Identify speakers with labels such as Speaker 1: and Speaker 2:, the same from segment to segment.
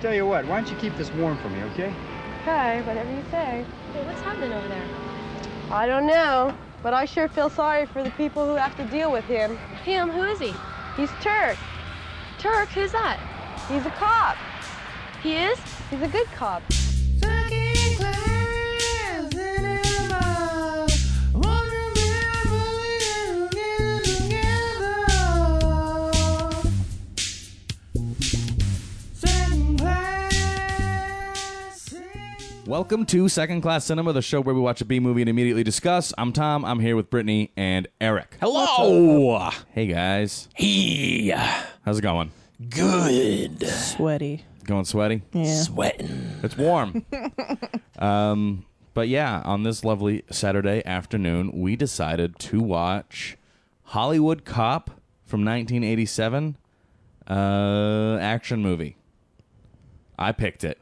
Speaker 1: Tell you what, why don't you keep this warm for me, okay?
Speaker 2: Okay, whatever you say.
Speaker 3: Wait, what's happening over there?
Speaker 2: I don't know, but I sure feel sorry for the people who have to deal with him.
Speaker 3: Him? um, Who is he?
Speaker 2: He's Turk.
Speaker 3: Turk? Who's that?
Speaker 2: He's a cop.
Speaker 3: He is?
Speaker 2: He's a good cop.
Speaker 4: Welcome to Second Class Cinema, the show where we watch a B movie and immediately discuss. I'm Tom. I'm here with Brittany and Eric.
Speaker 5: Hello.
Speaker 4: Hey guys,
Speaker 5: Hey.
Speaker 4: how's it going?
Speaker 5: Good.
Speaker 6: sweaty.
Speaker 4: Going sweaty?
Speaker 6: Yeah.
Speaker 5: Sweating.
Speaker 4: It's warm. um, but yeah, on this lovely Saturday afternoon, we decided to watch Hollywood Cop from 1987, uh, action movie. I picked it,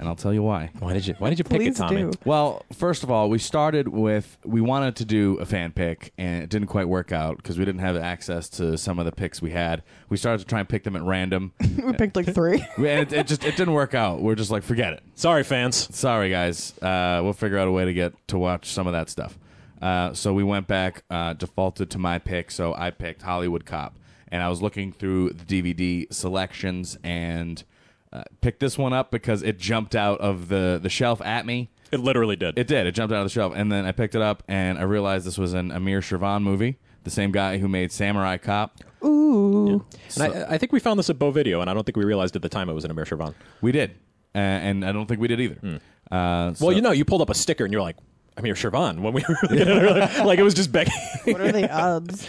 Speaker 4: and I'll tell you why.
Speaker 5: Why did you Why did you pick it,
Speaker 6: Please
Speaker 5: Tommy?
Speaker 6: do.
Speaker 4: Well, first of all, we started with we wanted to do a fan pick, and it didn't quite work out because we didn't have access to some of the picks we had. We started to try and pick them at random,
Speaker 6: We picked like three.
Speaker 4: We- and it, it just it didn't work out. We're just like, forget it.
Speaker 5: Sorry, fans.
Speaker 4: Sorry, guys. Uh, we'll figure out a way to get to watch some of that stuff. Uh, so we went back, uh, defaulted to my pick. So I picked Hollywood Cop, and I was looking through the DVD selections and uh, picked this one up because it jumped out of the the shelf at me.
Speaker 5: It literally did.
Speaker 4: It did. It jumped out of the shelf, and then I picked it up, and I realized this was an Amir Shervan movie, the same guy who made Samurai Cop.
Speaker 6: Ooh.
Speaker 5: and I, I think we found this at Bow Video, and I don't think we realized at the time it was an Amir Shervan.
Speaker 4: We did, uh, and I don't think we did either. Uh, so-
Speaker 5: Hmm. Well, you know, you pulled up a sticker, and you're like. Amir Shervan when we were looking at it, like it was just begging.
Speaker 6: What are the odds?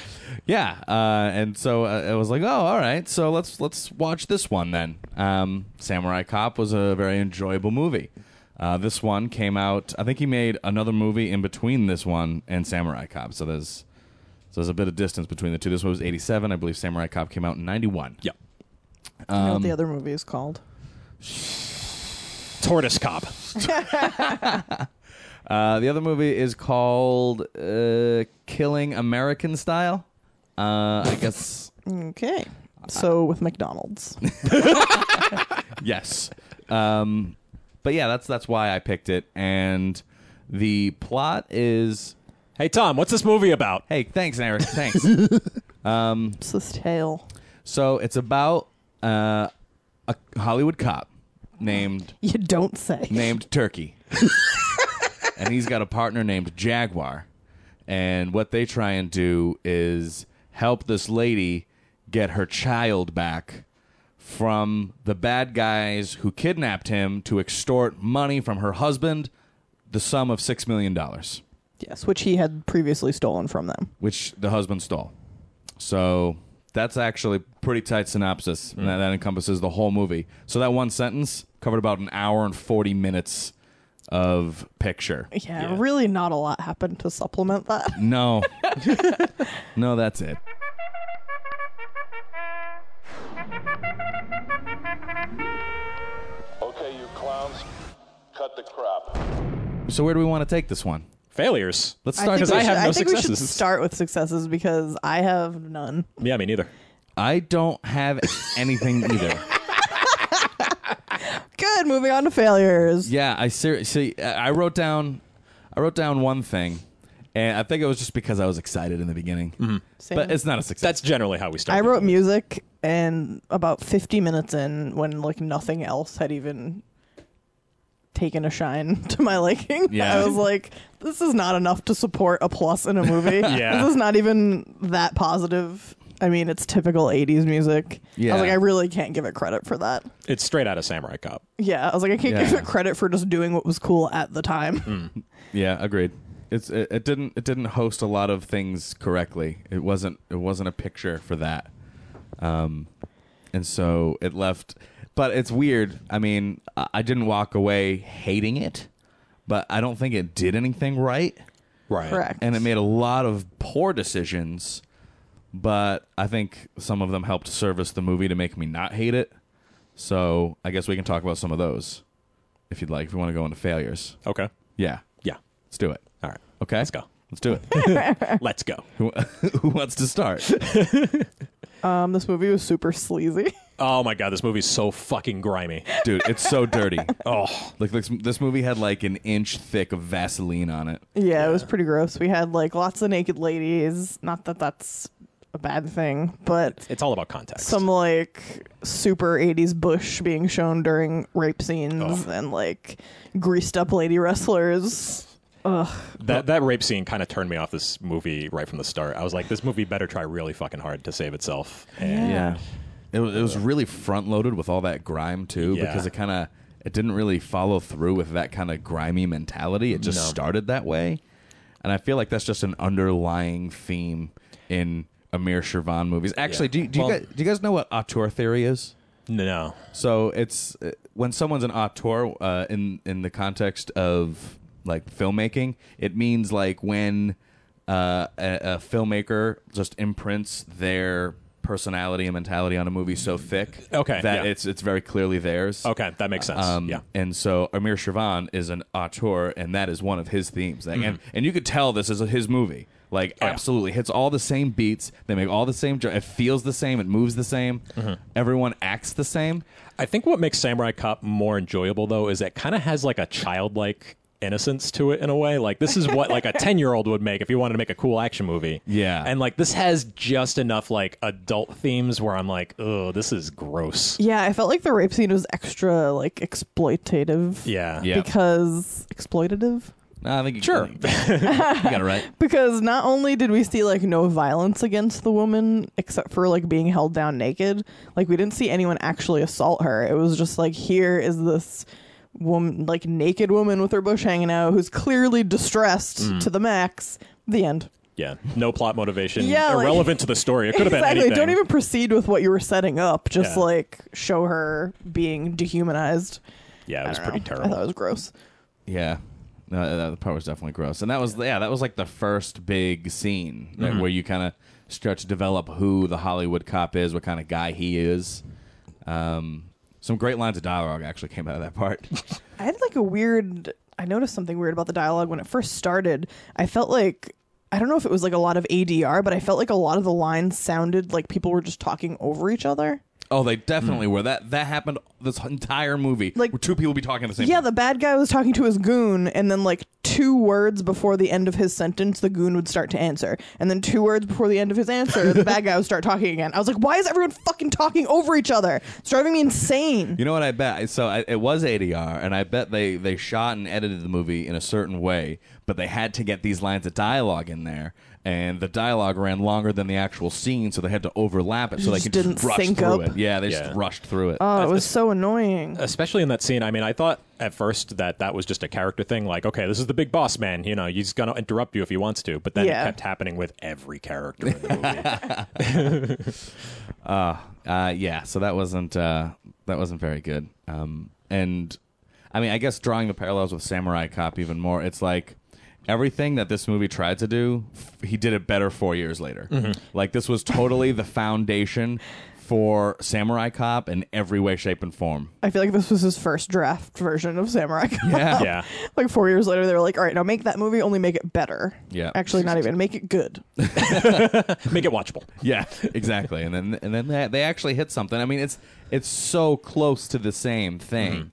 Speaker 4: yeah, uh, and so uh, I was like, oh, all right, so let's let's watch this one then. Um, Samurai Cop was a very enjoyable movie. Uh, this one came out. I think he made another movie in between this one and Samurai Cop. So there's so there's a bit of distance between the two. This one was '87, I believe. Samurai Cop came out in '91.
Speaker 5: yeah,
Speaker 6: I know what
Speaker 4: Um,
Speaker 6: the other movie is called.
Speaker 5: tortoise cop.
Speaker 4: Uh, the other movie is called uh, Killing American Style. Uh, I guess
Speaker 6: Okay. So with McDonald's.
Speaker 4: yes. Um, but yeah, that's that's why I picked it. And the plot is
Speaker 5: Hey Tom, what's this movie about?
Speaker 4: hey, thanks, Eric. Thanks.
Speaker 6: It's this tale.
Speaker 4: so it's about uh, a Hollywood cop named
Speaker 6: You don't say.
Speaker 4: named Turkey. and he's got a partner named Jaguar. And what they try and do is help this lady get her child back from the bad guys who kidnapped him to extort money from her husband, the sum of $6 million,
Speaker 6: Yes, which he had previously stolen from them.
Speaker 4: which the husband stole. So that's actually pretty tight synopsis. And that, that encompasses the whole movie. So that one sentence covered about an hour and 40 minutes of picture.
Speaker 6: Yeah, really not a lot happened to supplement that.
Speaker 4: No. no, that's it.
Speaker 7: Okay, you clowns, cut the crap.
Speaker 4: So where do we want to take this one?
Speaker 5: Failures.
Speaker 4: Let's
Speaker 6: I
Speaker 4: start
Speaker 6: think,
Speaker 5: Because
Speaker 6: we,
Speaker 5: I
Speaker 6: should,
Speaker 5: have no
Speaker 6: I think we should
Speaker 5: successes.
Speaker 6: start with successes because I have none.
Speaker 5: Yeah, me neither.
Speaker 4: I don't have anything either.
Speaker 6: Good, moving on to failures.
Speaker 4: Yeah, I seriously I wrote down I wrote down one thing and I think it was just because I was excited in the beginning. But it's not a success.
Speaker 5: That's generally how we start.
Speaker 6: I wrote music and about 50 minutes in when like nothing else had even taken a shine to my liking.
Speaker 4: Yeah.
Speaker 6: I was like this is not enough to support a plus in a movie.
Speaker 5: Yeah.
Speaker 6: This is not even that positive. I mean, it's typical 80s music. I
Speaker 4: Yeah.
Speaker 6: was like I really can't give it credit for that.
Speaker 5: It's straight out of Samurai Cop.
Speaker 6: Yeah, I was like I can't give
Speaker 4: Yeah. Mm.
Speaker 6: it credit for just doing what was cool at the time.
Speaker 4: yeah, agreed. It's it, it didn't it didn't host a lot of things correctly. It wasn't it wasn't a picture for that. Um and so it left but it's weird. I mean, I I didn't walk away hating it, but I don't think it did anything right.
Speaker 5: Right.
Speaker 6: Correct.
Speaker 4: and it made a lot of poor decisions but i think some of them helped service the movie to make me not hate it so i guess we can talk about some of those if you'd like if you want to go into failures
Speaker 5: Okay.
Speaker 4: yeah
Speaker 5: Yeah.
Speaker 4: let's do it
Speaker 5: All right.
Speaker 4: okay
Speaker 5: Let's go.
Speaker 4: let's do it
Speaker 6: Uh.
Speaker 5: Let's go.
Speaker 4: who, who wants to start
Speaker 6: um this movie was super sleazy.
Speaker 5: Oh my god, this movie's so fucking grimy.
Speaker 4: dude. It's so dirty. oh, like this, this movie had like an inch thick of Vaseline on it.
Speaker 6: Yeah, it was pretty gross. We had like lots of naked ladies. Not that that's a bad thing, but
Speaker 5: It's all about context.
Speaker 6: some like super 80s bush being shown during rape scenes and like greased up lady wrestlers.
Speaker 5: that that rape scene kind of turned me off this movie right from the start. I was like, this movie better try really fucking hard to save itself. And
Speaker 4: Yeah. It was, it was really front loaded with all that grime too,
Speaker 5: Yeah.
Speaker 4: because it kind of it didn't really follow through with that kind of grimy mentality. It just
Speaker 5: No.
Speaker 4: started that way, and I feel like that's just an underlying theme in Amir Shervan movies. Actually, do, you- do you
Speaker 5: Well-
Speaker 4: guys, do you guys know what auteur theory is?
Speaker 5: no,
Speaker 4: So it's uh, when someone's an auteur uh, in in the context of like filmmaking, it means like when uh, a, a filmmaker just imprints their personality and mentality on a movie so thick,
Speaker 5: Okay,
Speaker 4: that
Speaker 5: yeah.
Speaker 4: it's it's very clearly theirs.
Speaker 5: okay, that makes sense.
Speaker 4: Um,
Speaker 5: yeah,
Speaker 4: And so Amir Shervan is an auteur, and that is one of his themes. Like, and, and you could tell this is his movie. Like,
Speaker 5: Mm-hmm. yeah.
Speaker 4: absolutely. Hits all the same beats. They make all the same. jo- It feels the same. It moves the same.
Speaker 5: Mm-hmm.
Speaker 4: Everyone acts the same.
Speaker 5: I think what makes Samurai Cop more enjoyable though is it kind of has like a childlike innocence to it in a way. Like this is what like a 10-year-old would make if he wanted to make a cool action movie.
Speaker 4: Yeah.
Speaker 5: And like this has just enough like adult themes where I'm like, "Oh, this is gross."
Speaker 6: Yeah, I felt like the rape scene was extra like exploitative.
Speaker 5: Yeah.
Speaker 4: Yeah.
Speaker 6: Because exploitative?
Speaker 4: No, I think you,
Speaker 5: Sure.
Speaker 4: You got it right.
Speaker 6: because not only did we see like no violence against the woman except for like being held down naked like we didn't see anyone actually assault her it was just like here is this woman like naked woman with her bush hanging out who's clearly distressed
Speaker 5: Mm.
Speaker 6: to the max the end
Speaker 5: Yeah. No plot motivation.
Speaker 6: Yeah, like-
Speaker 5: Irrelevant to the story. It could have
Speaker 6: exactly
Speaker 5: been anything.
Speaker 6: don't even proceed with what you were setting up just
Speaker 5: Yeah.
Speaker 6: like show her being dehumanized
Speaker 5: Yeah, it was
Speaker 6: I don't
Speaker 5: pretty
Speaker 6: know.
Speaker 5: terrible.
Speaker 6: i thought it was gross
Speaker 4: Yeah. No, that- that part was definitely gross. And that was yeah, that was like the first big scene like,
Speaker 6: Mm-hmm.
Speaker 4: where you kind of stretch develop who the Hollywood cop is, what kind of guy he is. Um, some great lines of dialogue actually came out of that part.
Speaker 6: I had like a weird. I noticed something weird about the dialogue when it first started. I felt like I don't know if it was like a lot of ADR, but I felt like a lot of the lines sounded like people were just talking over each other.
Speaker 4: oh, they definitely were. That that happened this entire movie.
Speaker 6: Mm. Like-
Speaker 4: where two people be talking at the same
Speaker 6: Yeah,
Speaker 4: time.
Speaker 6: the bad guy was talking to his goon, and then like two words before the end of his sentence, the goon would start to answer, and then two words before the end of his answer, the bad guy would start talking again. I was like, why is everyone fucking talking over each other? It's driving me insane.
Speaker 4: You know what I bet? So I, it was ADR, and I bet they they shot and edited the movie in a certain way, but they had to get these lines of dialogue in there, and the dialogue ran longer than the actual scene, so they had to overlap it so they
Speaker 6: just
Speaker 4: could
Speaker 6: didn't
Speaker 4: just rush
Speaker 6: sync
Speaker 4: through
Speaker 6: up.
Speaker 4: it. Yeah, they
Speaker 5: Yeah.
Speaker 4: just rushed through it.
Speaker 6: Oh, it was so annoying.
Speaker 5: especially in that scene i mean i thought at first that that was just a character thing like okay this is the big boss man you know he's gonna interrupt you if he wants to but then
Speaker 6: Yeah.
Speaker 5: it kept happening with every character in the movie
Speaker 4: Uh, yeah, so that wasn't uh, that wasn't very good. Um, and I mean, I guess drawing the parallels with Samurai Cop even more, it's like everything that this movie tried to do, f- he did it better four years later. Like this was totally the foundation for Samurai Cop in every way, shape, and form.
Speaker 6: I feel like this was his first draft version of Samurai Cop.
Speaker 4: Yeah.
Speaker 5: yeah
Speaker 6: like four years later, they were like, "All right, now make that movie. Only make it better."
Speaker 4: Yeah.
Speaker 6: actually, not even make it good.
Speaker 5: make it watchable
Speaker 4: Yeah, exactly. And then and then they, they actually hit something. I mean, it's it's so close to the same thing.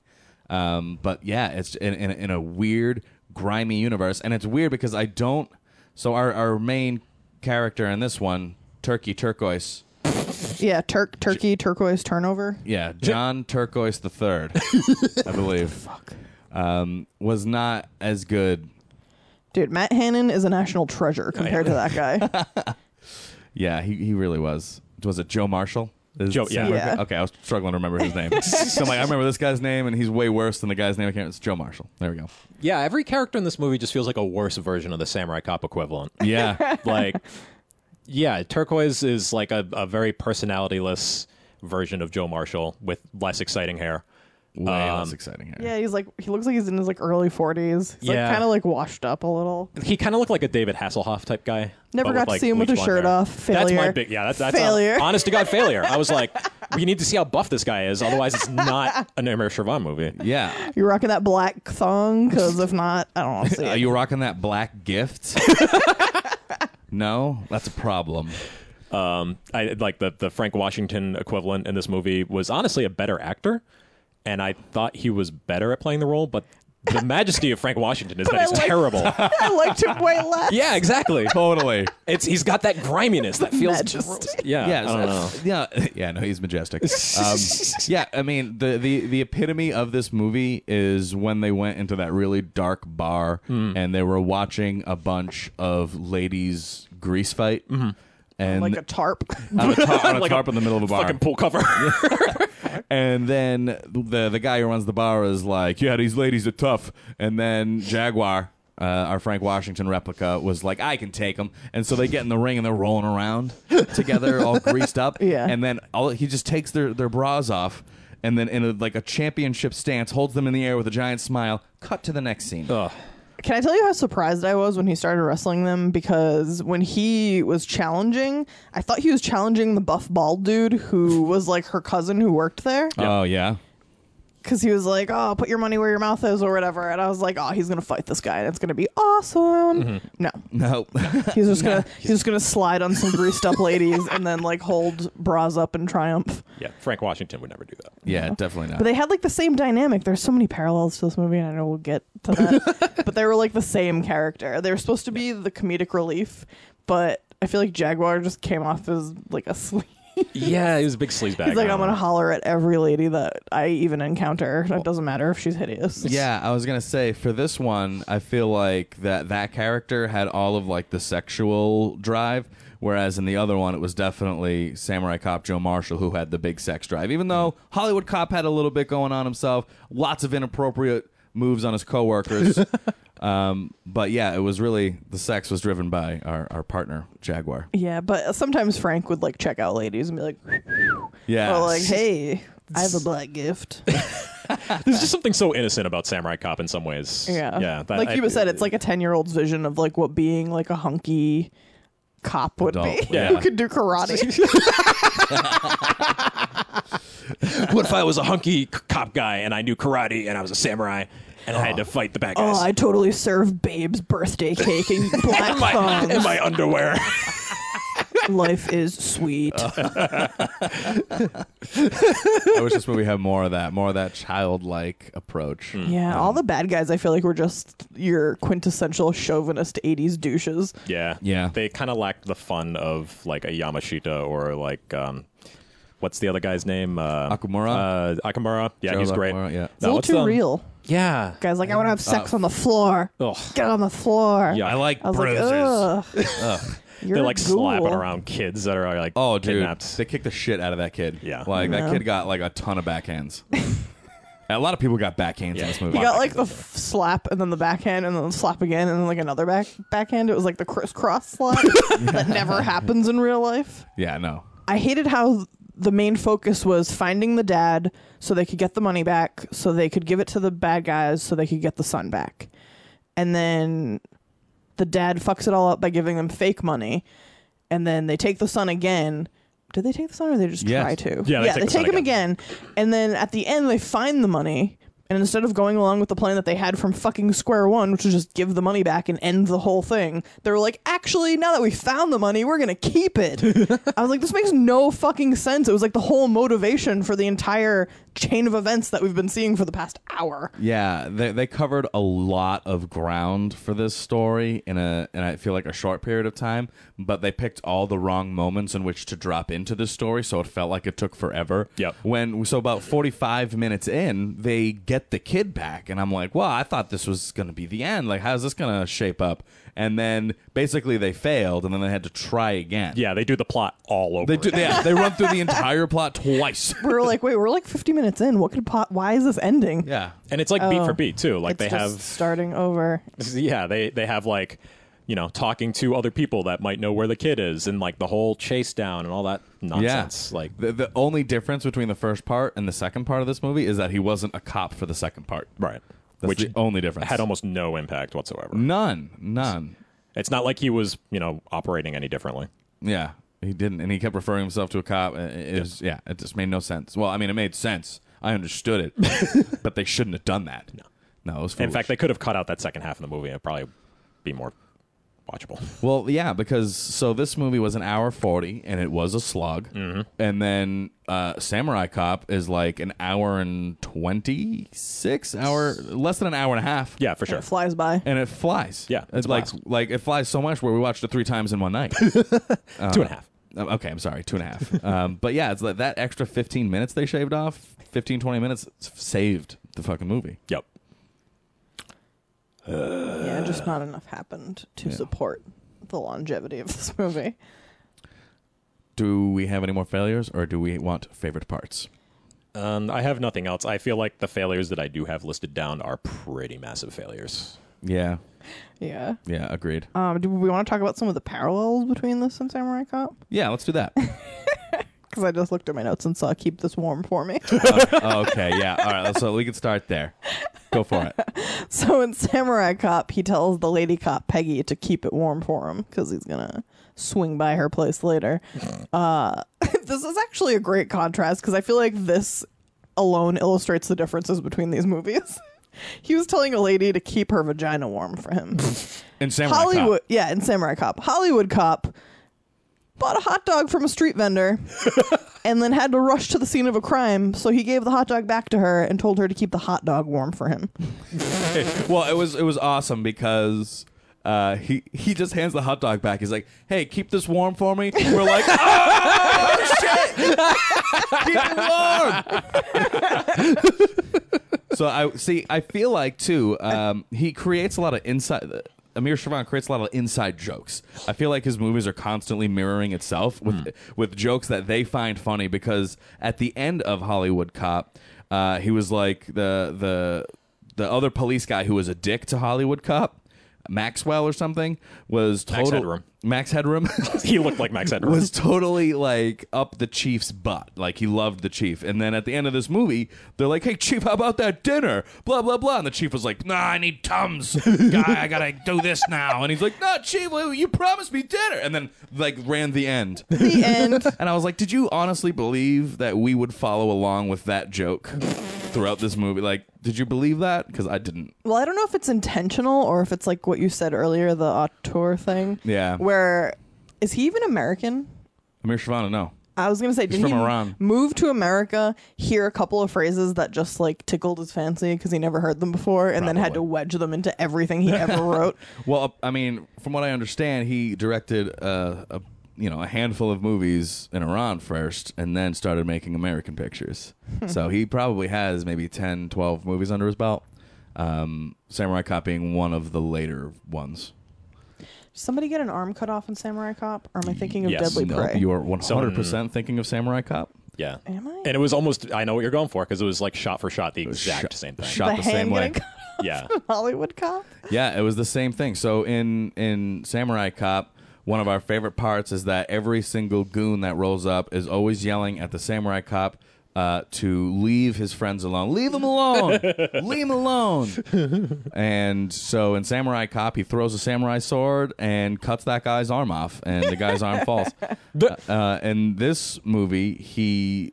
Speaker 5: Mm-hmm.
Speaker 4: Um, but yeah, it's in, in, in a weird, grimy universe, and it's weird because I don't. So our our main character in this one, Turkey Turquoise,
Speaker 6: yeah, Turk, Turkey, turquoise turnover.
Speaker 4: yeah, John Turquoise the Third, I believe. Um, was not as good.
Speaker 6: Dude, Matt Hannon is a national treasure compared to that guy.
Speaker 4: Yeah, he, he really was. Was it Joe Marshall? Is
Speaker 5: Joe- yeah.
Speaker 6: Yeah.
Speaker 4: Okay, I was struggling to remember his name. so I'm like, I remember this guy's name, and he's way worse than the guy's name. I can't. It's Joe Marshall. There we go.
Speaker 5: yeah every character in this movie just feels like a worse version of the samurai cop equivalent
Speaker 4: Yeah,
Speaker 5: like yeah turquoise is like a, a very personalityless version of joe marshall with less exciting hair
Speaker 4: way
Speaker 5: Um,
Speaker 4: less exciting here.
Speaker 6: yeah, he's like he looks like he's in his like early forties. He's
Speaker 5: Yeah.
Speaker 6: like, kind of like washed up a little.
Speaker 5: he kind of looked like a David Hasselhoff type guy.
Speaker 6: Never
Speaker 5: but
Speaker 6: got to
Speaker 5: like,
Speaker 6: see him with
Speaker 5: bleach
Speaker 6: his
Speaker 5: blonde
Speaker 6: shirt
Speaker 5: hair.
Speaker 6: off.
Speaker 5: That's my
Speaker 6: Failure.
Speaker 5: big yeah. That's, that's
Speaker 6: Failure.
Speaker 5: A, honest to god failure. I was like, we need to see how buff this guy is. Otherwise, it's not an Amir Shervan movie.
Speaker 4: Yeah.
Speaker 6: You're rocking that black thong because if not, I don't want to see
Speaker 4: Are
Speaker 6: it.
Speaker 4: you rocking that black gift? no, that's a problem.
Speaker 5: Um, I like the the Frank Washington equivalent in this movie was honestly a better actor, and I thought he was better at playing the role. But the majesty of Frank Washington is
Speaker 6: But
Speaker 5: that he's
Speaker 6: I like-
Speaker 5: terrible.
Speaker 6: I liked him way less.
Speaker 5: yeah, exactly.
Speaker 4: Totally.
Speaker 5: It's he's got that griminess that feels
Speaker 6: Majesty.
Speaker 5: gross. Yeah,
Speaker 4: yeah,
Speaker 5: I don't know.
Speaker 4: so- yeah, yeah. No, he's majestic. Um, yeah, I mean the, the the epitome of this movie is when they went into that really dark bar and they were watching a bunch of ladies grease fight and
Speaker 6: Like a tarp.
Speaker 4: on a, tar- on a
Speaker 5: Like a
Speaker 4: tarp in the middle of a bar.
Speaker 5: Fucking pool cover.
Speaker 4: And then the the guy who runs the bar is like, "Yeah, these ladies are tough." And then Jaguar, uh, our Frank Washington replica, was like, "I can take them." And so they get in the ring and they're rolling around together, all greased up.
Speaker 6: Yeah.
Speaker 4: And then all he just takes their their bras off. And then in a, like a championship stance, holds them in the air with a giant smile. Cut to the next scene.
Speaker 6: Oh.
Speaker 5: Ugh.
Speaker 6: Can I tell you how surprised I was when he started wrestling them? Because when he was challenging, I thought he was challenging the buff bald dude who was like her cousin who worked there.
Speaker 4: Oh yeah,
Speaker 6: Because he was like, oh, put your money where your mouth is or whatever. And I was like, oh, he's going to fight this guy and it's going to be awesome. No.
Speaker 4: no,
Speaker 6: He's just gonna he's just gonna slide on some greased up ladies and then like hold bras up in triumph.
Speaker 5: yeah, Frank Washington would never do that.
Speaker 4: yeah, definitely not.
Speaker 6: But they had like the same dynamic. There's so many parallels to this movie, and I know we'll get to that. but they were like the same character. They were supposed to be the comedic relief, but I feel like Jaguar just came off as like a sleaze.
Speaker 5: Yeah, he was a big sleazebag.
Speaker 6: He's like,
Speaker 5: I
Speaker 6: I'm
Speaker 5: don't know.
Speaker 6: gonna holler at every lady that I even encounter. It doesn't matter if she's hideous.
Speaker 4: Yeah, I was gonna say for this one, I feel like that that character had all of like the sexual drive, whereas in the other one, it was definitely Samurai Cop Joe Marshall who had the big sex drive. Even though Hollywood Cop had a little bit going on himself, lots of inappropriate moves on his coworkers. um, but yeah, it was really the sex was driven by our, our partner Jaguar.
Speaker 6: Yeah, but sometimes Frank would like check out ladies and be like,
Speaker 4: Yeah,
Speaker 6: or like, hey, I have a black gift.
Speaker 5: There's just something so innocent about Samurai Cop in some ways.
Speaker 6: Yeah.
Speaker 5: yeah. that-
Speaker 6: like
Speaker 5: I-
Speaker 6: Cuba said, it's like a 10 year old's vision of like what being like a hunky cop would
Speaker 4: Adult,
Speaker 6: be.
Speaker 4: yeah.
Speaker 6: Who could do karate.
Speaker 5: what if I was a hunky c- cop guy and I knew karate and I was a samurai and I had to fight the bad guys
Speaker 6: oh, I totally serve babe's birthday cake and black
Speaker 5: in, my,
Speaker 6: thong.
Speaker 5: in my underwear?
Speaker 6: Life is sweet.
Speaker 5: Uh,
Speaker 4: I wish this movie had more of that, more of that childlike approach.
Speaker 6: yeah, all the bad guys I feel like were just your quintessential chauvinist 80s douches.
Speaker 5: yeah,
Speaker 4: Yeah.
Speaker 5: They kind of lacked the fun of like a Yamashita or like um, what's the other guy's name? Uh,
Speaker 4: Akumura?
Speaker 5: Uh, Akamura. Yeah,
Speaker 4: Joe
Speaker 5: he's great.
Speaker 4: Akumura, yeah.
Speaker 6: It's a little
Speaker 5: what's
Speaker 6: too
Speaker 5: the-
Speaker 6: real.
Speaker 5: Yeah.
Speaker 6: Guys, like, I want to have sex on the floor.
Speaker 5: Ugh.
Speaker 6: Get on the floor.
Speaker 5: uh, Yeah.
Speaker 4: I like
Speaker 6: I was
Speaker 4: bruises.
Speaker 6: like, ugh. You're
Speaker 5: They're
Speaker 6: a
Speaker 5: like slapping
Speaker 6: ghoul.
Speaker 5: around kids that are like
Speaker 4: Oh, dude,
Speaker 5: kidnapped.
Speaker 4: they kicked the shit out of that kid.
Speaker 5: Yeah.
Speaker 4: like that
Speaker 6: Yeah.
Speaker 4: kid got like a ton of backhands. a lot of people got backhands in
Speaker 5: Yeah.
Speaker 4: this movie.
Speaker 6: You got like the f- slap and then the backhand and then the slap again and then like another back backhand. It was like the crisscross slap that never happens in real life.
Speaker 4: yeah, no,
Speaker 6: I hated how the main focus was finding the dad so they could get the money back, so they could give it to the bad guys, so they could get the son back. And then the dad fucks it all up by giving them fake money. And then they take the son again. Did they take the son or they just
Speaker 4: Yes.
Speaker 6: try to?
Speaker 5: Yeah, they take the son
Speaker 6: him again. And then at the end, they find the money. And instead of going along with the plan that they had from fucking square one, which was just give the money back and end the whole thing, they were like, actually, now that we found the money, we're going to keep it. I was like, this makes no fucking sense. It was like the whole motivation for the entire chain of events that we've been seeing for the past hour.
Speaker 4: yeah, they they covered a lot of ground for this story in a and I feel like a short period of time, but they picked all the wrong moments in which to drop into the story, so it felt like it took forever.
Speaker 5: Yep.
Speaker 4: When so about forty five minutes in, they get the kid back, and I'm like, well, I thought this was gonna be the end. Like, how's this gonna shape up? And then basically they failed, and then they had to try again.
Speaker 5: yeah, they do the plot all over.
Speaker 4: They do. Yeah, they run through the entire plot twice.
Speaker 6: We were like, wait, we're like 50 minutes in. What could pot? Why is this ending?
Speaker 4: Yeah.
Speaker 5: and it's like beat
Speaker 6: Oh.
Speaker 5: for beat too. Like
Speaker 6: It's
Speaker 5: they
Speaker 6: just
Speaker 5: have
Speaker 6: starting over.
Speaker 5: yeah they they have like you know talking to other people that might know where the kid is and like the whole chase down and all that nonsense
Speaker 4: Yeah.
Speaker 5: like
Speaker 4: the, the only difference between the first part and the second part of this movie is that he wasn't a cop for the second part.
Speaker 5: right
Speaker 4: That's
Speaker 5: which
Speaker 4: the only difference.
Speaker 5: had almost no impact whatsoever
Speaker 4: none, none.
Speaker 5: it's not like he was you know operating any differently
Speaker 4: Yeah, he didn't, and he kept referring himself to a cop. It- It was, yeah, it just made no sense. Well, I mean, it made sense. I understood it, but they shouldn't have done that. No, no, it was.
Speaker 5: in fact they could have cut out that second half of the movie and it'd probably be more watchable.
Speaker 4: Well, yeah, because so this movie was an hour 40 and it was a slog.
Speaker 5: Mm-hmm.
Speaker 4: And then uh, Samurai Cop is like an hour and 26 hour less than an hour and a half.
Speaker 5: Yeah, for sure.
Speaker 6: It flies by.
Speaker 4: And it flies.
Speaker 5: Yeah, it's
Speaker 4: It's
Speaker 5: a
Speaker 4: like
Speaker 5: blast.
Speaker 4: like it flies so much where we watched it 3 times in one night.
Speaker 5: Two and a half.
Speaker 4: Um, okay, I'm sorry, two and a half. um, but yeah, it's like that extra 15 minutes they shaved off, 15, 20 minutes s- saved the fucking movie.
Speaker 5: Yep.
Speaker 6: yeah, just not enough happened to
Speaker 4: Yeah.
Speaker 6: support the longevity of this movie.
Speaker 4: Do we have any more failures or do we want favorite parts?
Speaker 5: Um, I have nothing else. I feel like the failures that I do have listed down are pretty massive failures.
Speaker 4: Yeah,
Speaker 6: Yeah.
Speaker 4: yeah, agreed.
Speaker 6: Um, do we want to talk about some of the parallels between this and Samurai Cop?
Speaker 4: Yeah, let's do that.
Speaker 6: Because I just looked at my notes and saw "Keep this warm for me."
Speaker 4: okay, yeah, all right, so we can start there. Go for it.
Speaker 6: so in Samurai Cop, he tells the lady cop Peggy to keep it warm for him because he's gonna swing by her place later. Uh, this is actually a great contrast because I feel like this alone illustrates the differences between these movies. he was telling a lady to keep her vagina warm for him.
Speaker 4: And Samurai Cop.
Speaker 6: Hollywood, yeah, in Samurai Cop, Hollywood Cop bought a hot dog from a street vendor and then had to rush to the scene of a crime, so he gave the hot dog back to her and told her to keep the hot dog warm for him.
Speaker 4: well, it was it was awesome because uh, he he just hands the hot dog back. He's like, "Hey, keep this warm for me." We're like, "Oh shit, keep it warm." so I see. I feel like too. Um, he creates a lot of inside. Amir Shaban creates a lot of inside jokes. I feel like his movies are constantly mirroring itself with
Speaker 5: Hmm.
Speaker 4: with jokes that they find funny. Because at the end of Hollywood Cop, uh, he was like the the the other police guy who was a dick to Hollywood cop, Maxwell or something, was
Speaker 5: Max
Speaker 4: total
Speaker 5: Headroom.
Speaker 4: Max Headroom
Speaker 5: He looked like Max Edwards.
Speaker 4: was totally like up the chief's butt. Like he loved the chief. And then at the end of this movie, they're like, "Hey chief, how about that dinner?" Blah blah blah. And the chief was like, "Nah, I need tums, guy. I gotta do this now." And he's like, "No, chief, you promised me dinner." And then like ran the end.
Speaker 6: The end.
Speaker 4: And I was like, did you honestly believe that we would follow along with that joke throughout this movie? Like, did you believe that? Because I didn't.
Speaker 6: Well, I don't know if it's intentional or if it's like what you said earlier, the auteur thing.
Speaker 4: Yeah.
Speaker 6: Where is he even American?
Speaker 4: Amir Shavana, no.
Speaker 6: I was gonna say, did
Speaker 4: from
Speaker 6: he
Speaker 4: Iran.
Speaker 6: move to America, hear a couple of phrases that just like tickled his fancy because he never heard them before, and then had to
Speaker 4: Probably.
Speaker 6: wedge them into everything he ever wrote?
Speaker 4: Well, I mean, from what I understand, he directed uh, a you know a handful of movies in Iran first, and then started making American pictures. so he probably has maybe 10, 12 movies under his belt. Um, Samurai Cop being one of the later ones.
Speaker 6: Did somebody get an arm cut off in Samurai Cop, or am I thinking of
Speaker 5: Yes.
Speaker 6: Deadly
Speaker 4: Nope,
Speaker 6: Prey?
Speaker 4: you are one hundred percent thinking of Samurai Cop.
Speaker 5: yeah.
Speaker 6: Am I?
Speaker 5: And it was almost, I know what you're going for because it was like shot for shot, the exact
Speaker 4: Shot-
Speaker 5: same thing.
Speaker 4: Shot the,
Speaker 6: the
Speaker 4: same
Speaker 6: hand
Speaker 4: way.
Speaker 6: getting cut
Speaker 5: Yeah.
Speaker 6: Hollywood Cop.
Speaker 4: Yeah, it was the same thing. So in in Samurai Cop, one of our favorite parts is that every single goon that rolls up is always yelling at the Samurai Cop uh, to leave his friends alone. Leave them alone. leave him alone. and so in Samurai Cop, he throws a samurai sword and cuts that guy's arm off, and the guy's arm falls. Uh, in this movie, he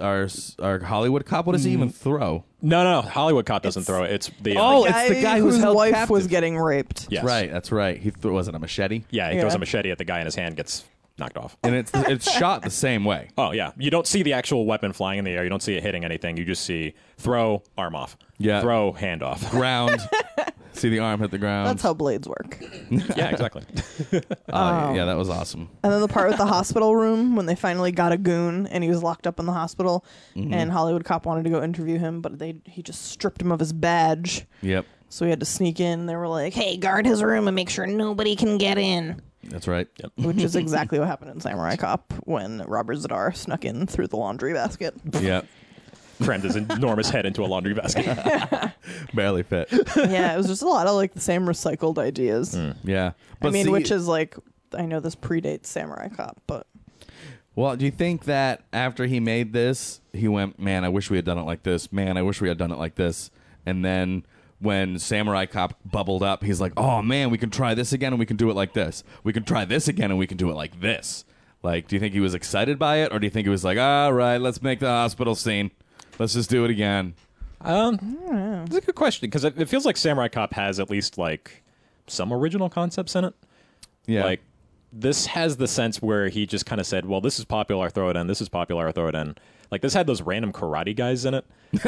Speaker 4: our our Hollywood cop. What does he even throw?
Speaker 5: No, no, Hollywood Cop doesn't throw it. It's the.
Speaker 4: Oh, it's the guy who's
Speaker 6: whose
Speaker 4: held
Speaker 6: wife
Speaker 4: captive.
Speaker 6: was getting raped.
Speaker 5: yes.
Speaker 4: Right, that's right. He threw was it a machete?
Speaker 5: Yeah, he throws
Speaker 6: Yeah.
Speaker 5: a machete at the guy and his hand gets knocked off.
Speaker 4: and it's it's shot the same way.
Speaker 5: Oh, yeah. You don't see the actual weapon flying in the air. You don't see it hitting anything. You just see throw, arm off.
Speaker 4: Yeah.
Speaker 5: Throw, hand off.
Speaker 4: Ground. See the arm hit the ground.
Speaker 6: That's how blades work.
Speaker 5: yeah, exactly.
Speaker 4: Oh, yeah, that was awesome.
Speaker 6: And then the part with the hospital room when they finally got a goon and he was locked up in the hospital, and Hollywood cop wanted to go interview him, but they he just stripped him of his badge,
Speaker 4: Yep,
Speaker 6: so he had to sneak in. They were like, "Hey,
Speaker 8: guard his room and make sure nobody can get in.
Speaker 4: that's right.
Speaker 6: which is exactly what happened in Samurai Cop when Robert Zadar snuck in through the laundry basket.
Speaker 4: Yep,
Speaker 5: Crammed his enormous head into a laundry basket.
Speaker 4: barely fit.
Speaker 6: yeah, it was just a lot of like the same recycled ideas.
Speaker 4: Yeah,
Speaker 6: I mean,
Speaker 4: see-
Speaker 6: which is like I know this predates Samurai Cop, but
Speaker 4: well. Do you think that after he made this, he went, "Man, I wish we had done it like this. Man, I wish we had done it like this." And then when Samurai Cop bubbled up, he's like, "Oh man, we can try this again, and we can do it like this. We can try this again, and we can do it like this." Like, do you think he was excited by it, or do you think he was like, "All right, let's make the hospital scene. Let's just do it again."
Speaker 5: It's a good question because it, it feels like Samurai Cop has at least like some original concepts in it.
Speaker 4: Yeah.
Speaker 5: Like this has the sense where he just kind of said, "Well, this is popular, I throw it in. This is popular, I throw it in." Like this had those random karate guys in it.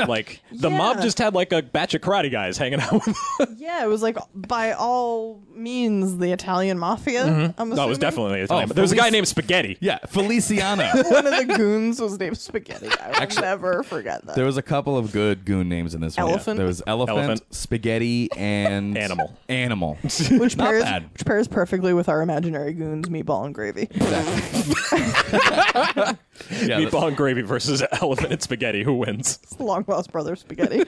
Speaker 5: like the mob
Speaker 6: Yeah.
Speaker 5: just had like a batch of karate guys hanging out with.
Speaker 6: Yeah, it was like by all means the Italian mafia. I'm
Speaker 5: no, it was
Speaker 6: assuming.
Speaker 5: definitely Italian.
Speaker 4: Oh,
Speaker 5: but there's a guy
Speaker 4: Felice-
Speaker 5: named Spaghetti.
Speaker 4: yeah, Feliciano.
Speaker 6: one of the goons was named Spaghetti. I will never forget that.
Speaker 4: There was a couple of good goon names in this one.
Speaker 6: Elephant.
Speaker 4: There was elephant,
Speaker 5: Elephant.
Speaker 4: spaghetti, and
Speaker 5: Animal.
Speaker 4: Animal.
Speaker 6: which
Speaker 4: Not
Speaker 6: pairs
Speaker 4: bad.
Speaker 6: which pairs perfectly with our imaginary goons, meatball and gravy.
Speaker 4: Yeah, that's-
Speaker 5: Meatball and gravy versus elephant and spaghetti. Who wins?
Speaker 6: It's the long lost brother spaghetti.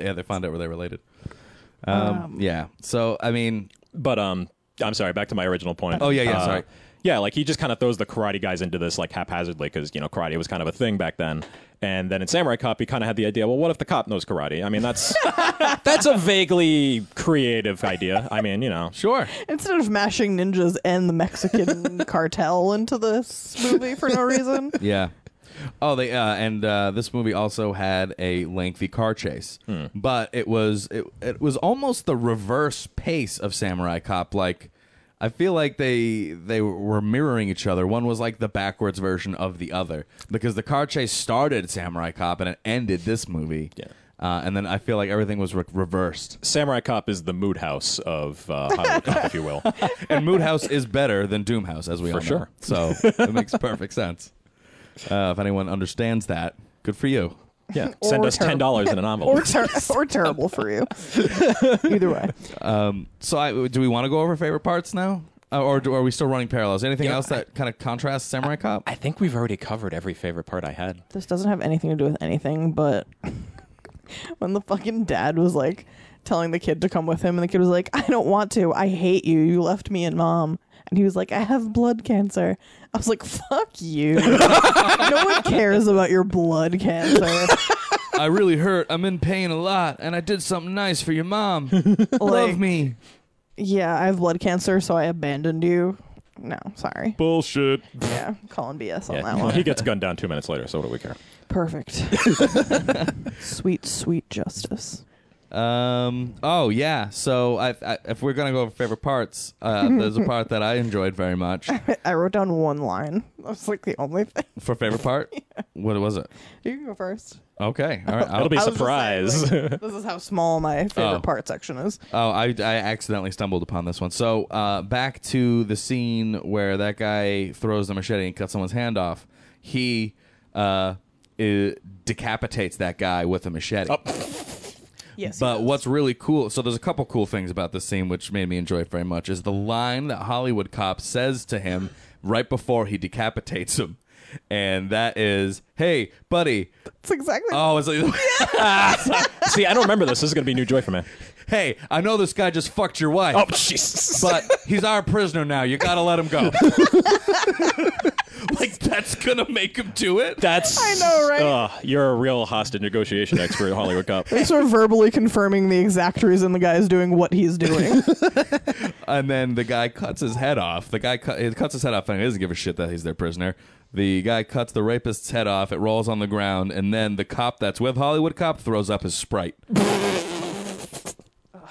Speaker 4: yeah, they found out where they related. Um, yeah. So I mean,
Speaker 5: But um, I'm sorry. Back to my original point. Uh,
Speaker 4: Oh, yeah, yeah, sorry.
Speaker 5: Yeah, like he just kind of throws the karate guys into this like haphazardly because you know karate was kind of a thing back then. And then in Samurai Cop, he kind of had the idea. Well, what if the cop knows karate? I mean, that's that's a vaguely creative idea. I mean, you know,
Speaker 4: sure.
Speaker 6: Instead of mashing ninjas and the Mexican cartel into this movie for no reason.
Speaker 4: Yeah. Oh, they uh, and uh, this movie also had a lengthy car chase,
Speaker 5: Hmm.
Speaker 4: but it was it, it was almost the reverse pace of Samurai Cop. Like, I feel like they they were mirroring each other. One was like the backwards version of the other because the car chase started Samurai Cop and it ended this movie.
Speaker 5: Yeah.
Speaker 4: Uh, and then I feel like everything was re- reversed.
Speaker 5: Samurai Cop is the mood house of uh, Hollywood Cop, if you will.
Speaker 4: And Mood House is better than Doom House, as we all know.
Speaker 5: sure.
Speaker 4: So it makes perfect sense. Uh, if anyone understands that, good for you.
Speaker 5: Yeah, send
Speaker 6: Or
Speaker 5: us ten
Speaker 6: terrible.
Speaker 5: dollars in an envelope.
Speaker 6: Or ter- or terrible for you. Either way.
Speaker 4: So, I, do we want to go over favorite parts now, Uh, or do, are we still running parallels? Anything else that kind of contrasts Samurai Cop?
Speaker 5: I think we've already covered every favorite part I had.
Speaker 6: this doesn't have anything to do with anything, but when the fucking dad was like telling the kid to come with him, and the kid was like, I don't want to. I hate you. You left me and mom. And he was like, I have blood cancer. I was like, fuck you. no one cares about your blood cancer.
Speaker 4: I really hurt. I'm in pain a lot, and I did something nice for your mom. Love me.
Speaker 6: yeah, I have blood cancer, so I abandoned you. No, sorry.
Speaker 5: Bullshit.
Speaker 6: Yeah, calling BS on
Speaker 5: Yeah,
Speaker 6: that
Speaker 5: well,
Speaker 6: one.
Speaker 5: he gets gunned down two minutes later. So what do we care?
Speaker 6: Perfect. sweet, sweet justice.
Speaker 4: Um. Oh yeah. So I, I, if we're gonna go over favorite parts, uh, there's a part that I enjoyed very much.
Speaker 6: I wrote down one line. That's like the only thing.
Speaker 4: For favorite part, what was it?
Speaker 6: You can go first.
Speaker 4: Okay. All right.
Speaker 5: That'll be a
Speaker 6: I was just saying,
Speaker 5: surprise.
Speaker 6: like, this is how small my favorite
Speaker 4: Oh.
Speaker 6: part section is.
Speaker 4: Oh, I, I accidentally stumbled upon this one. So uh, back to the scene where that guy throws the machete and cuts someone's hand off. He uh, i- decapitates that guy with a machete.
Speaker 6: Yes.
Speaker 4: But what's really cool, so there's a couple cool things about this scene which made me enjoy it very much, is the line that Hollywood Cop says to him right before he decapitates him. And that is, hey, buddy.
Speaker 6: that's exactly.
Speaker 4: Oh, it's like,
Speaker 5: See, I don't remember this. This is gonna be new joy for me.
Speaker 4: hey, I know this guy just fucked your wife.
Speaker 5: Oh Jesus!
Speaker 4: but he's our prisoner now. You gotta let him go. like that's gonna make him do it.
Speaker 5: That's I
Speaker 6: know, right?
Speaker 5: you're a real hostage negotiation expert, Hollywood Cop.
Speaker 6: Thanks for verbally confirming the exact reason the guy is doing what he's doing.
Speaker 4: And then the guy cuts his head off. The guy cut, he cuts his head off, and he doesn't give a shit that he's their prisoner. The guy cuts the rapist's head off. It rolls on the ground, and then the cop that's with Hollywood Cop throws up his sprite.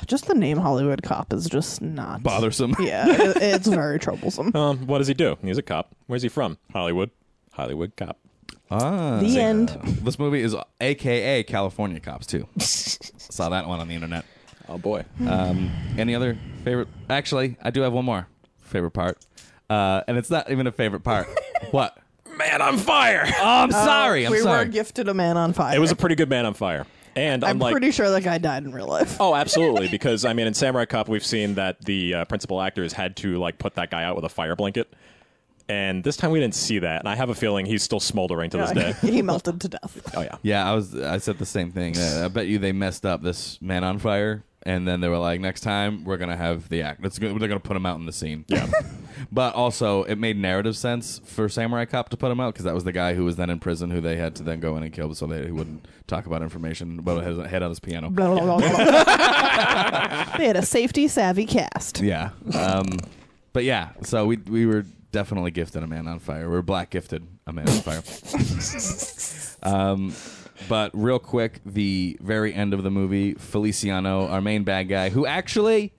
Speaker 6: just the name Hollywood Cop is just not
Speaker 4: Bothersome.
Speaker 6: Yeah, it- it's very troublesome.
Speaker 5: Um, what does he do? He's a cop. Where's he from? Hollywood. Hollywood Cop.
Speaker 4: Ah.
Speaker 6: the end.
Speaker 4: This movie is AKA California Cops too. Saw that one on the internet.
Speaker 5: Oh boy.
Speaker 4: Um, any other favorite? Actually, I do have one more favorite part, uh, and it's not even a favorite part. what?
Speaker 5: Man on fire.
Speaker 4: Oh, I'm sorry. I'm
Speaker 6: we
Speaker 4: sorry.
Speaker 6: were gifted a man on fire.
Speaker 5: It was a pretty good man on fire. And I'm,
Speaker 6: I'm
Speaker 5: like,
Speaker 6: pretty sure that guy died in real life.
Speaker 5: oh, absolutely, because I mean, in Samurai Cop, we've seen that the uh, principal actors had to like put that guy out with a fire blanket. And this time we didn't see that, and I have a feeling he's still smoldering to this day.
Speaker 6: he melted to death.
Speaker 5: Oh yeah.
Speaker 4: yeah, I was. I said the same thing. Uh, I bet you they messed up this man on fire, and then they were like, next time we're gonna have the act. It's gonna, they're gonna put him out in the scene. Yeah. but also, it made narrative sense for Samurai Cop to put him out because that was the guy who was then in prison, who they had to then go in and kill, so they he wouldn't talk about information about his head on his piano.
Speaker 6: Blah, blah, blah, blah. they had a safety savvy cast.
Speaker 4: Yeah. Um, but yeah, so we we were definitely gifted a man on fire. We were black gifted a man on fire. um, but real quick, the very end of the movie, Feliciano, our main bad guy, who actually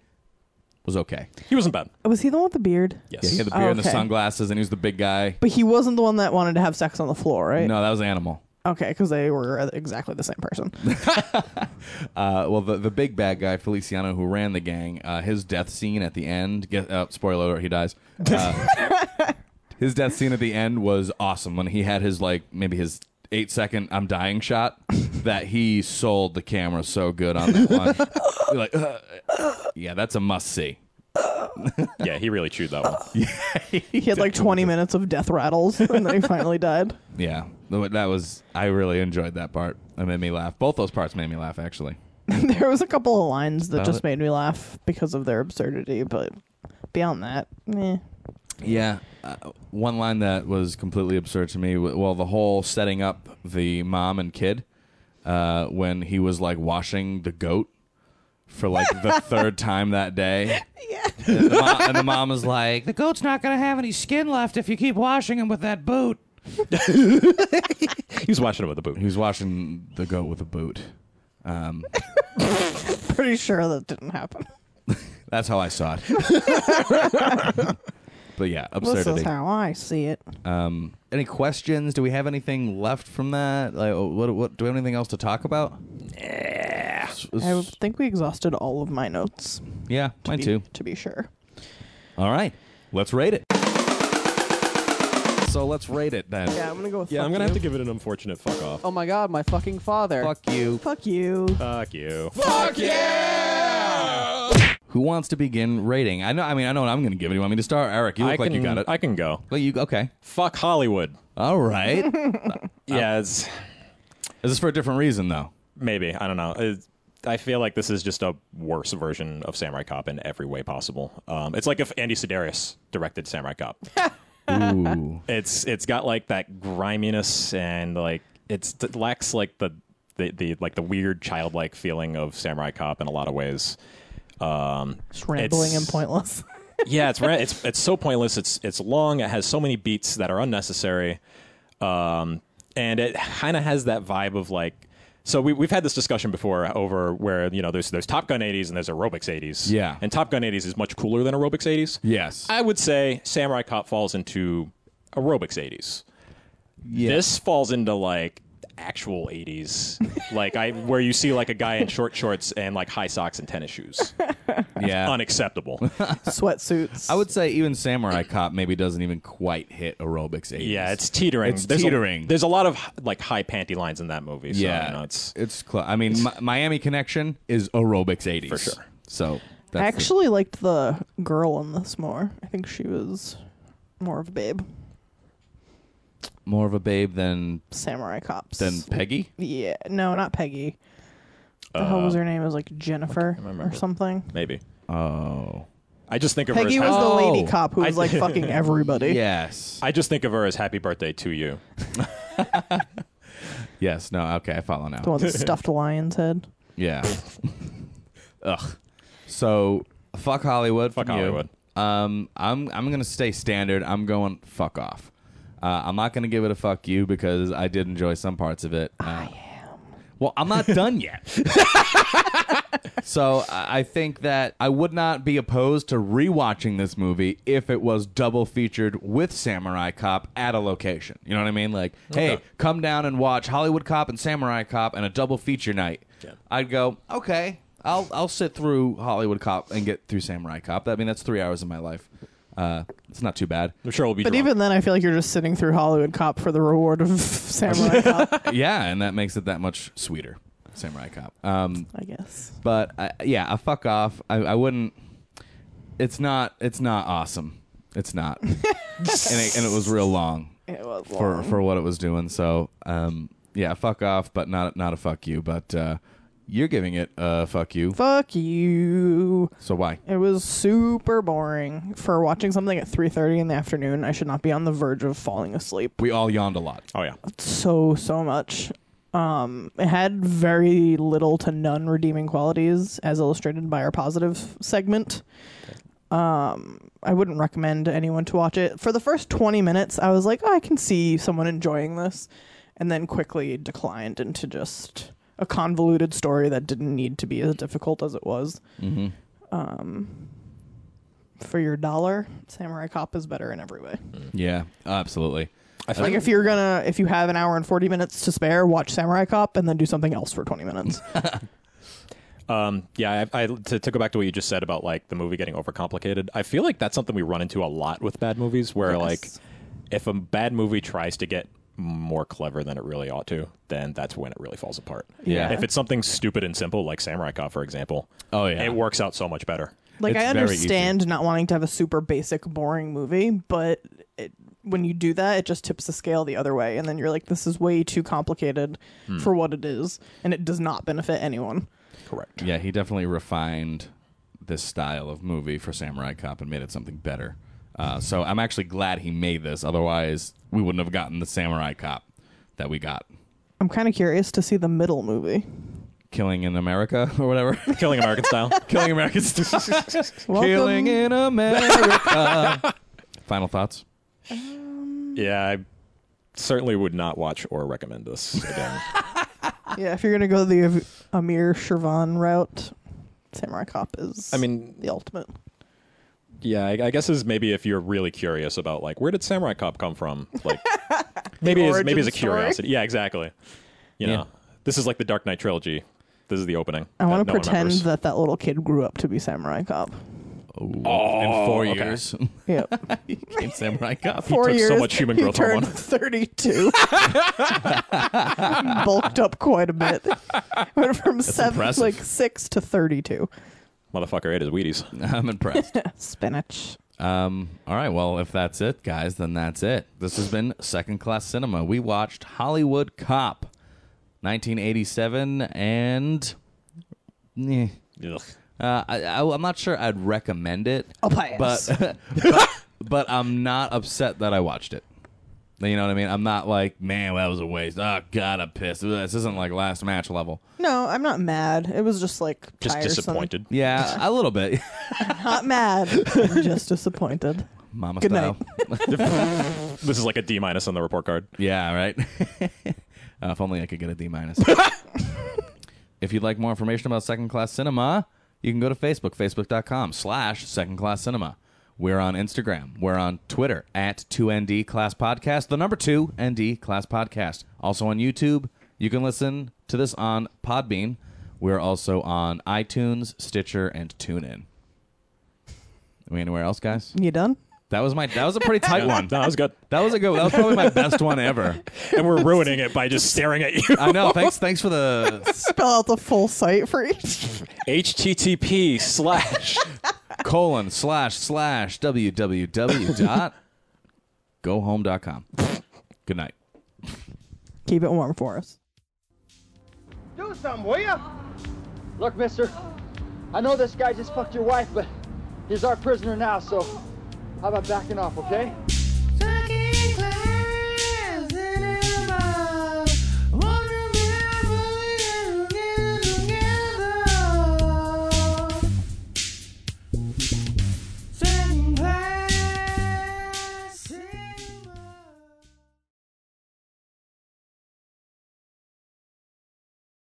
Speaker 4: was okay.
Speaker 5: He wasn't bad.
Speaker 6: Was he the one with the beard?
Speaker 5: Yes.
Speaker 4: Yeah, he had the
Speaker 6: Oh,
Speaker 4: beard and the
Speaker 6: okay.
Speaker 4: sunglasses, and he was the big guy.
Speaker 6: But he wasn't the one that wanted to have sex on the floor, right?
Speaker 4: No, that was Animal.
Speaker 6: Okay, because they were exactly the same person.
Speaker 4: Uh, well, the, the big bad guy Feliciano, who ran the gang, uh, his death scene at the end. Get, uh, spoiler alert: he dies. Uh, his death scene at the end was awesome when he had his like maybe his eight second "I'm dying" shot that he sold the camera so good on that one. You're like, "Uh, yeah, that's a must see.
Speaker 5: yeah, he really chewed that one.
Speaker 6: he had like 20 minutes of death rattles, and then he finally died.
Speaker 4: Yeah, Th- that was. I really enjoyed that part. It made me laugh. Both those parts made me laugh actually.
Speaker 6: there was a couple of lines that
Speaker 4: About
Speaker 6: just
Speaker 4: it.
Speaker 6: made me laugh because of their absurdity, but beyond that, meh.
Speaker 4: Yeah. Uh, one line that was completely absurd to me, w- well, the whole setting up the mom and kid uh, when he was like washing the goat for like the third time that day. Yeah. And the, mom, and the mom is like, the goat's not going to have any skin left if you keep washing him with that boot.
Speaker 5: He was watching it with a boot.
Speaker 4: He was washing the goat with a boot. Um,
Speaker 6: pretty sure that didn't happen.
Speaker 4: that's how I saw it. but yeah,
Speaker 6: This
Speaker 4: absurdity.
Speaker 6: is how I see it.
Speaker 4: Um, any questions? Do we have anything left from that? Like, what, what? Do we have anything else to talk about? S- s-
Speaker 6: I think we exhausted all of my notes.
Speaker 4: yeah, mine
Speaker 6: be-
Speaker 4: too.
Speaker 6: To be sure.
Speaker 4: All right, let's rate it. So let's rate it then.
Speaker 9: Yeah, I'm gonna go with
Speaker 5: Yeah,
Speaker 9: fuck
Speaker 5: I'm gonna
Speaker 9: you.
Speaker 5: have to give it an unfortunate fuck off.
Speaker 9: Oh my god, my fucking father.
Speaker 4: Fuck you.
Speaker 6: Fuck you.
Speaker 4: Uh,
Speaker 5: Fuck you.
Speaker 4: Who wants to begin rating? I know. I mean, I know what I'm going to give it. You want me to start? Eric, you look
Speaker 5: I
Speaker 4: like you
Speaker 5: can-
Speaker 4: got it.
Speaker 5: I can go.
Speaker 4: well, you okay?
Speaker 5: Fuck Hollywood. Uh,
Speaker 4: All right. Is
Speaker 5: Yeah, it's
Speaker 4: this for a different reason though?
Speaker 5: maybe I don't know. It's- I feel like this is just a worse version of Samurai Cop in every way possible. Um, it's like if Andy Sedaris directed Samurai Cop.
Speaker 4: Ooh.
Speaker 5: it's it's got like that griminess and like it's it lacks like the, the the like the weird childlike feeling of Samurai Cop in a lot of ways. Um,
Speaker 6: Just rambling
Speaker 5: it's-
Speaker 6: and pointless.
Speaker 5: yeah, it's ra- it's it's so pointless. It's it's long. It has so many beats that are unnecessary, um, and it kind of has that vibe of like. So we we've had this discussion before over where you know there's there's Top Gun 80s and there's aerobics 80s.
Speaker 4: Yeah.
Speaker 5: and Top Gun 80s is much cooler than aerobics 80s.
Speaker 4: Yes.
Speaker 5: I would say Samurai Cop falls into aerobics 80s.
Speaker 4: Yeah.
Speaker 5: This falls into like actual 80s, like I where you see like a guy in short shorts and like high socks and tennis shoes.
Speaker 4: yeah.
Speaker 5: Unacceptable.
Speaker 6: Sweatsuits.
Speaker 4: I would say even Samurai Cop maybe doesn't even quite hit aerobics 80s.
Speaker 5: Yeah, it's teetering.
Speaker 4: It's
Speaker 5: there's
Speaker 4: teetering.
Speaker 5: A, there's a lot of like high panty lines in that movie. So, yeah, you know, it's
Speaker 4: it's close. I mean, Mi- Miami Connection is aerobics 80s for
Speaker 5: sure.
Speaker 4: So that's
Speaker 6: I actually liked the girl in this more. I think she was more of a babe.
Speaker 4: more of a babe than
Speaker 6: Samurai cops.
Speaker 4: than Peggy.
Speaker 6: yeah, no, not Peggy. The hell was her name? It was like Jennifer or something.
Speaker 5: maybe.
Speaker 4: Oh,
Speaker 5: I just think of
Speaker 6: Peggy
Speaker 5: her.
Speaker 6: was
Speaker 5: As
Speaker 6: the
Speaker 5: ha-
Speaker 6: lady
Speaker 4: Oh.
Speaker 6: cop who
Speaker 5: I-
Speaker 6: was like fucking everybody.
Speaker 4: yes,
Speaker 5: I just think of her as Happy Birthday to You.
Speaker 4: yes. No, okay, I follow now.
Speaker 6: The one that stuffed lion's head.
Speaker 4: Yeah. Ugh. So fuck Hollywood.
Speaker 5: Fuck
Speaker 4: from you.
Speaker 5: Hollywood.
Speaker 4: Um, I'm I'm gonna stay standard. I'm going fuck off. Uh, I'm not gonna give it a fuck you because I did enjoy some parts of it. I am. Well, I'm not done yet. so I I think that I would not be opposed to rewatching this movie if it was double featured with Samurai Cop at a location. You know what I mean? Like, hey, come down and watch Hollywood Cop and Samurai Cop and a double feature night. I'd go, okay, I'll I'll sit through Hollywood Cop and get through Samurai Cop. I mean, that's three hours of my life. Uh, it's not too bad.
Speaker 5: I'm sure we'll be.
Speaker 6: But
Speaker 5: drunk.
Speaker 6: even then, I feel like you're just sitting through Hollywood Cop for the reward of Samurai Cop,
Speaker 4: yeah, and that makes it that much sweeter. Samurai Cop. Um,
Speaker 6: I guess.
Speaker 4: but I, yeah, a fuck off. I, I wouldn't. It's not. It's not awesome. It's not. and, it, and it was real long
Speaker 6: It was
Speaker 4: for for what it was doing. So um, yeah, fuck off, but not not a fuck you. But uh, you're giving it a fuck you.
Speaker 6: Fuck you.
Speaker 4: So why?
Speaker 6: It was super boring for watching something at 3:30 in the afternoon. I should not be on the verge of falling asleep
Speaker 4: We all yawned a lot.
Speaker 5: oh yeah,
Speaker 6: so so much. Um, it had very little to none redeeming qualities, as illustrated by our positive segment. Um, I wouldn't recommend anyone to watch it. For the first 20 minutes, I was like, oh, I can see someone enjoying this, and then quickly declined into just a convoluted story that didn't need to be as difficult as it was. Um, for your dollar, Samurai Cop is better in every way.
Speaker 4: Yeah, absolutely.
Speaker 5: I feel
Speaker 6: Like if you're gonna, if you have an hour and forty minutes to spare, watch Samurai Cop and then do something else for twenty minutes.
Speaker 5: Um, yeah, I, I to, to go back to what you just said about like the movie getting overcomplicated. I feel like that's something we run into a lot with bad movies, where like if a bad movie tries to get more clever than it really ought to, then that's when it really falls apart.
Speaker 4: Yeah.
Speaker 5: If it's something stupid and simple like Samurai Cop, for example,
Speaker 4: Oh, yeah.
Speaker 5: it works out so much better.
Speaker 6: Like
Speaker 4: It's
Speaker 6: I
Speaker 4: very easy.
Speaker 6: understand not wanting to have a super basic, boring movie, but it, when you do that, it just tips the scale the other way, and then you're like, "This is way too complicated
Speaker 5: Hmm.
Speaker 6: for what it is, and it does not benefit anyone."
Speaker 5: Correct.
Speaker 4: Yeah, he definitely refined this style of movie for Samurai Cop and made it something better. Uh, so I'm actually glad he made this. Otherwise, we wouldn't have gotten the Samurai Cop that we got.
Speaker 6: I'm kind of curious to see the middle movie.
Speaker 4: Killing in America or whatever.
Speaker 5: Killing American style.
Speaker 4: Killing Americans.
Speaker 6: Welcome.
Speaker 4: Killing in America. Final thoughts?
Speaker 5: Yeah, I certainly would not watch or recommend this again.
Speaker 6: Yeah, if you're gonna go the Av- Amir Shervan route, Samurai Cop is.
Speaker 5: I mean,
Speaker 6: the ultimate.
Speaker 5: yeah, I, I guess is maybe if you're really curious about like where did Samurai Cop come from, like maybe as, maybe
Speaker 6: origin
Speaker 5: as a
Speaker 6: story.
Speaker 5: curiosity. Yeah, exactly. You
Speaker 4: Yeah.
Speaker 5: know, this is like the Dark Knight trilogy. This is the opening.
Speaker 6: I want
Speaker 5: that
Speaker 6: to
Speaker 5: no one
Speaker 6: pretend
Speaker 5: remembers.
Speaker 6: that that little kid grew up to be Samurai Cop.
Speaker 4: in four
Speaker 5: Oh, okay.
Speaker 4: years,
Speaker 6: Yep.
Speaker 4: he became Samurai Cop.
Speaker 6: four
Speaker 5: took so
Speaker 6: years.
Speaker 5: much human
Speaker 6: he
Speaker 5: growth
Speaker 6: turned
Speaker 5: hormone.
Speaker 6: 32. Bulked up quite a bit. Went from seven,
Speaker 4: impressive.
Speaker 6: like six to 32.
Speaker 5: motherfucker ate his Wheaties.
Speaker 4: I'm impressed.
Speaker 6: Spinach.
Speaker 4: Um, all right, well, if that's it, guys, then that's it. This has been Second Class Cinema. We watched Hollywood Cop, 1987, and eh.
Speaker 5: Ugh.
Speaker 4: Uh, I, I, I'm not sure I'd recommend it,
Speaker 6: I'll pass.
Speaker 4: but but, but I'm not upset that I watched it. You know what I mean? I'm not like, man, that was a waste. Oh God, I'm pissed. This isn't like last match level.
Speaker 6: No, I'm not mad. It was just like
Speaker 5: Just
Speaker 6: tiresome.
Speaker 5: disappointed.
Speaker 4: Yeah, a little bit.
Speaker 6: Not mad. I'm just disappointed.
Speaker 4: Mama
Speaker 6: Good
Speaker 4: style.
Speaker 5: This is like a D minus on the report card.
Speaker 4: Yeah, right. uh, if only I could get a D minus. if you'd like more information about Second Class Cinema, you can go to Facebook, facebook.com slash Second Class Cinema. We're on Instagram. We're on Twitter at 2ND Class Podcast, the number 2 ND Class Podcast. Also on YouTube, you can listen to this on Podbean. We're also on iTunes, Stitcher, and TuneIn. Are we anywhere else, guys?
Speaker 6: You done?
Speaker 4: That was my. That was a pretty tight one.
Speaker 5: No, that was good.
Speaker 4: That was a good. That was probably my best one ever.
Speaker 5: And we're ruining it by just staring at you.
Speaker 4: I know. Thanks. Thanks for the
Speaker 6: Spell out the full site for each.
Speaker 5: HTTP slash.
Speaker 4: colon slash slash www dot gohome.com. Good night.
Speaker 6: Keep it warm for us.
Speaker 1: Do something, will ya? Look, mister, I know this guy just fucked your wife, but he's our prisoner now, so how about backing off, okay?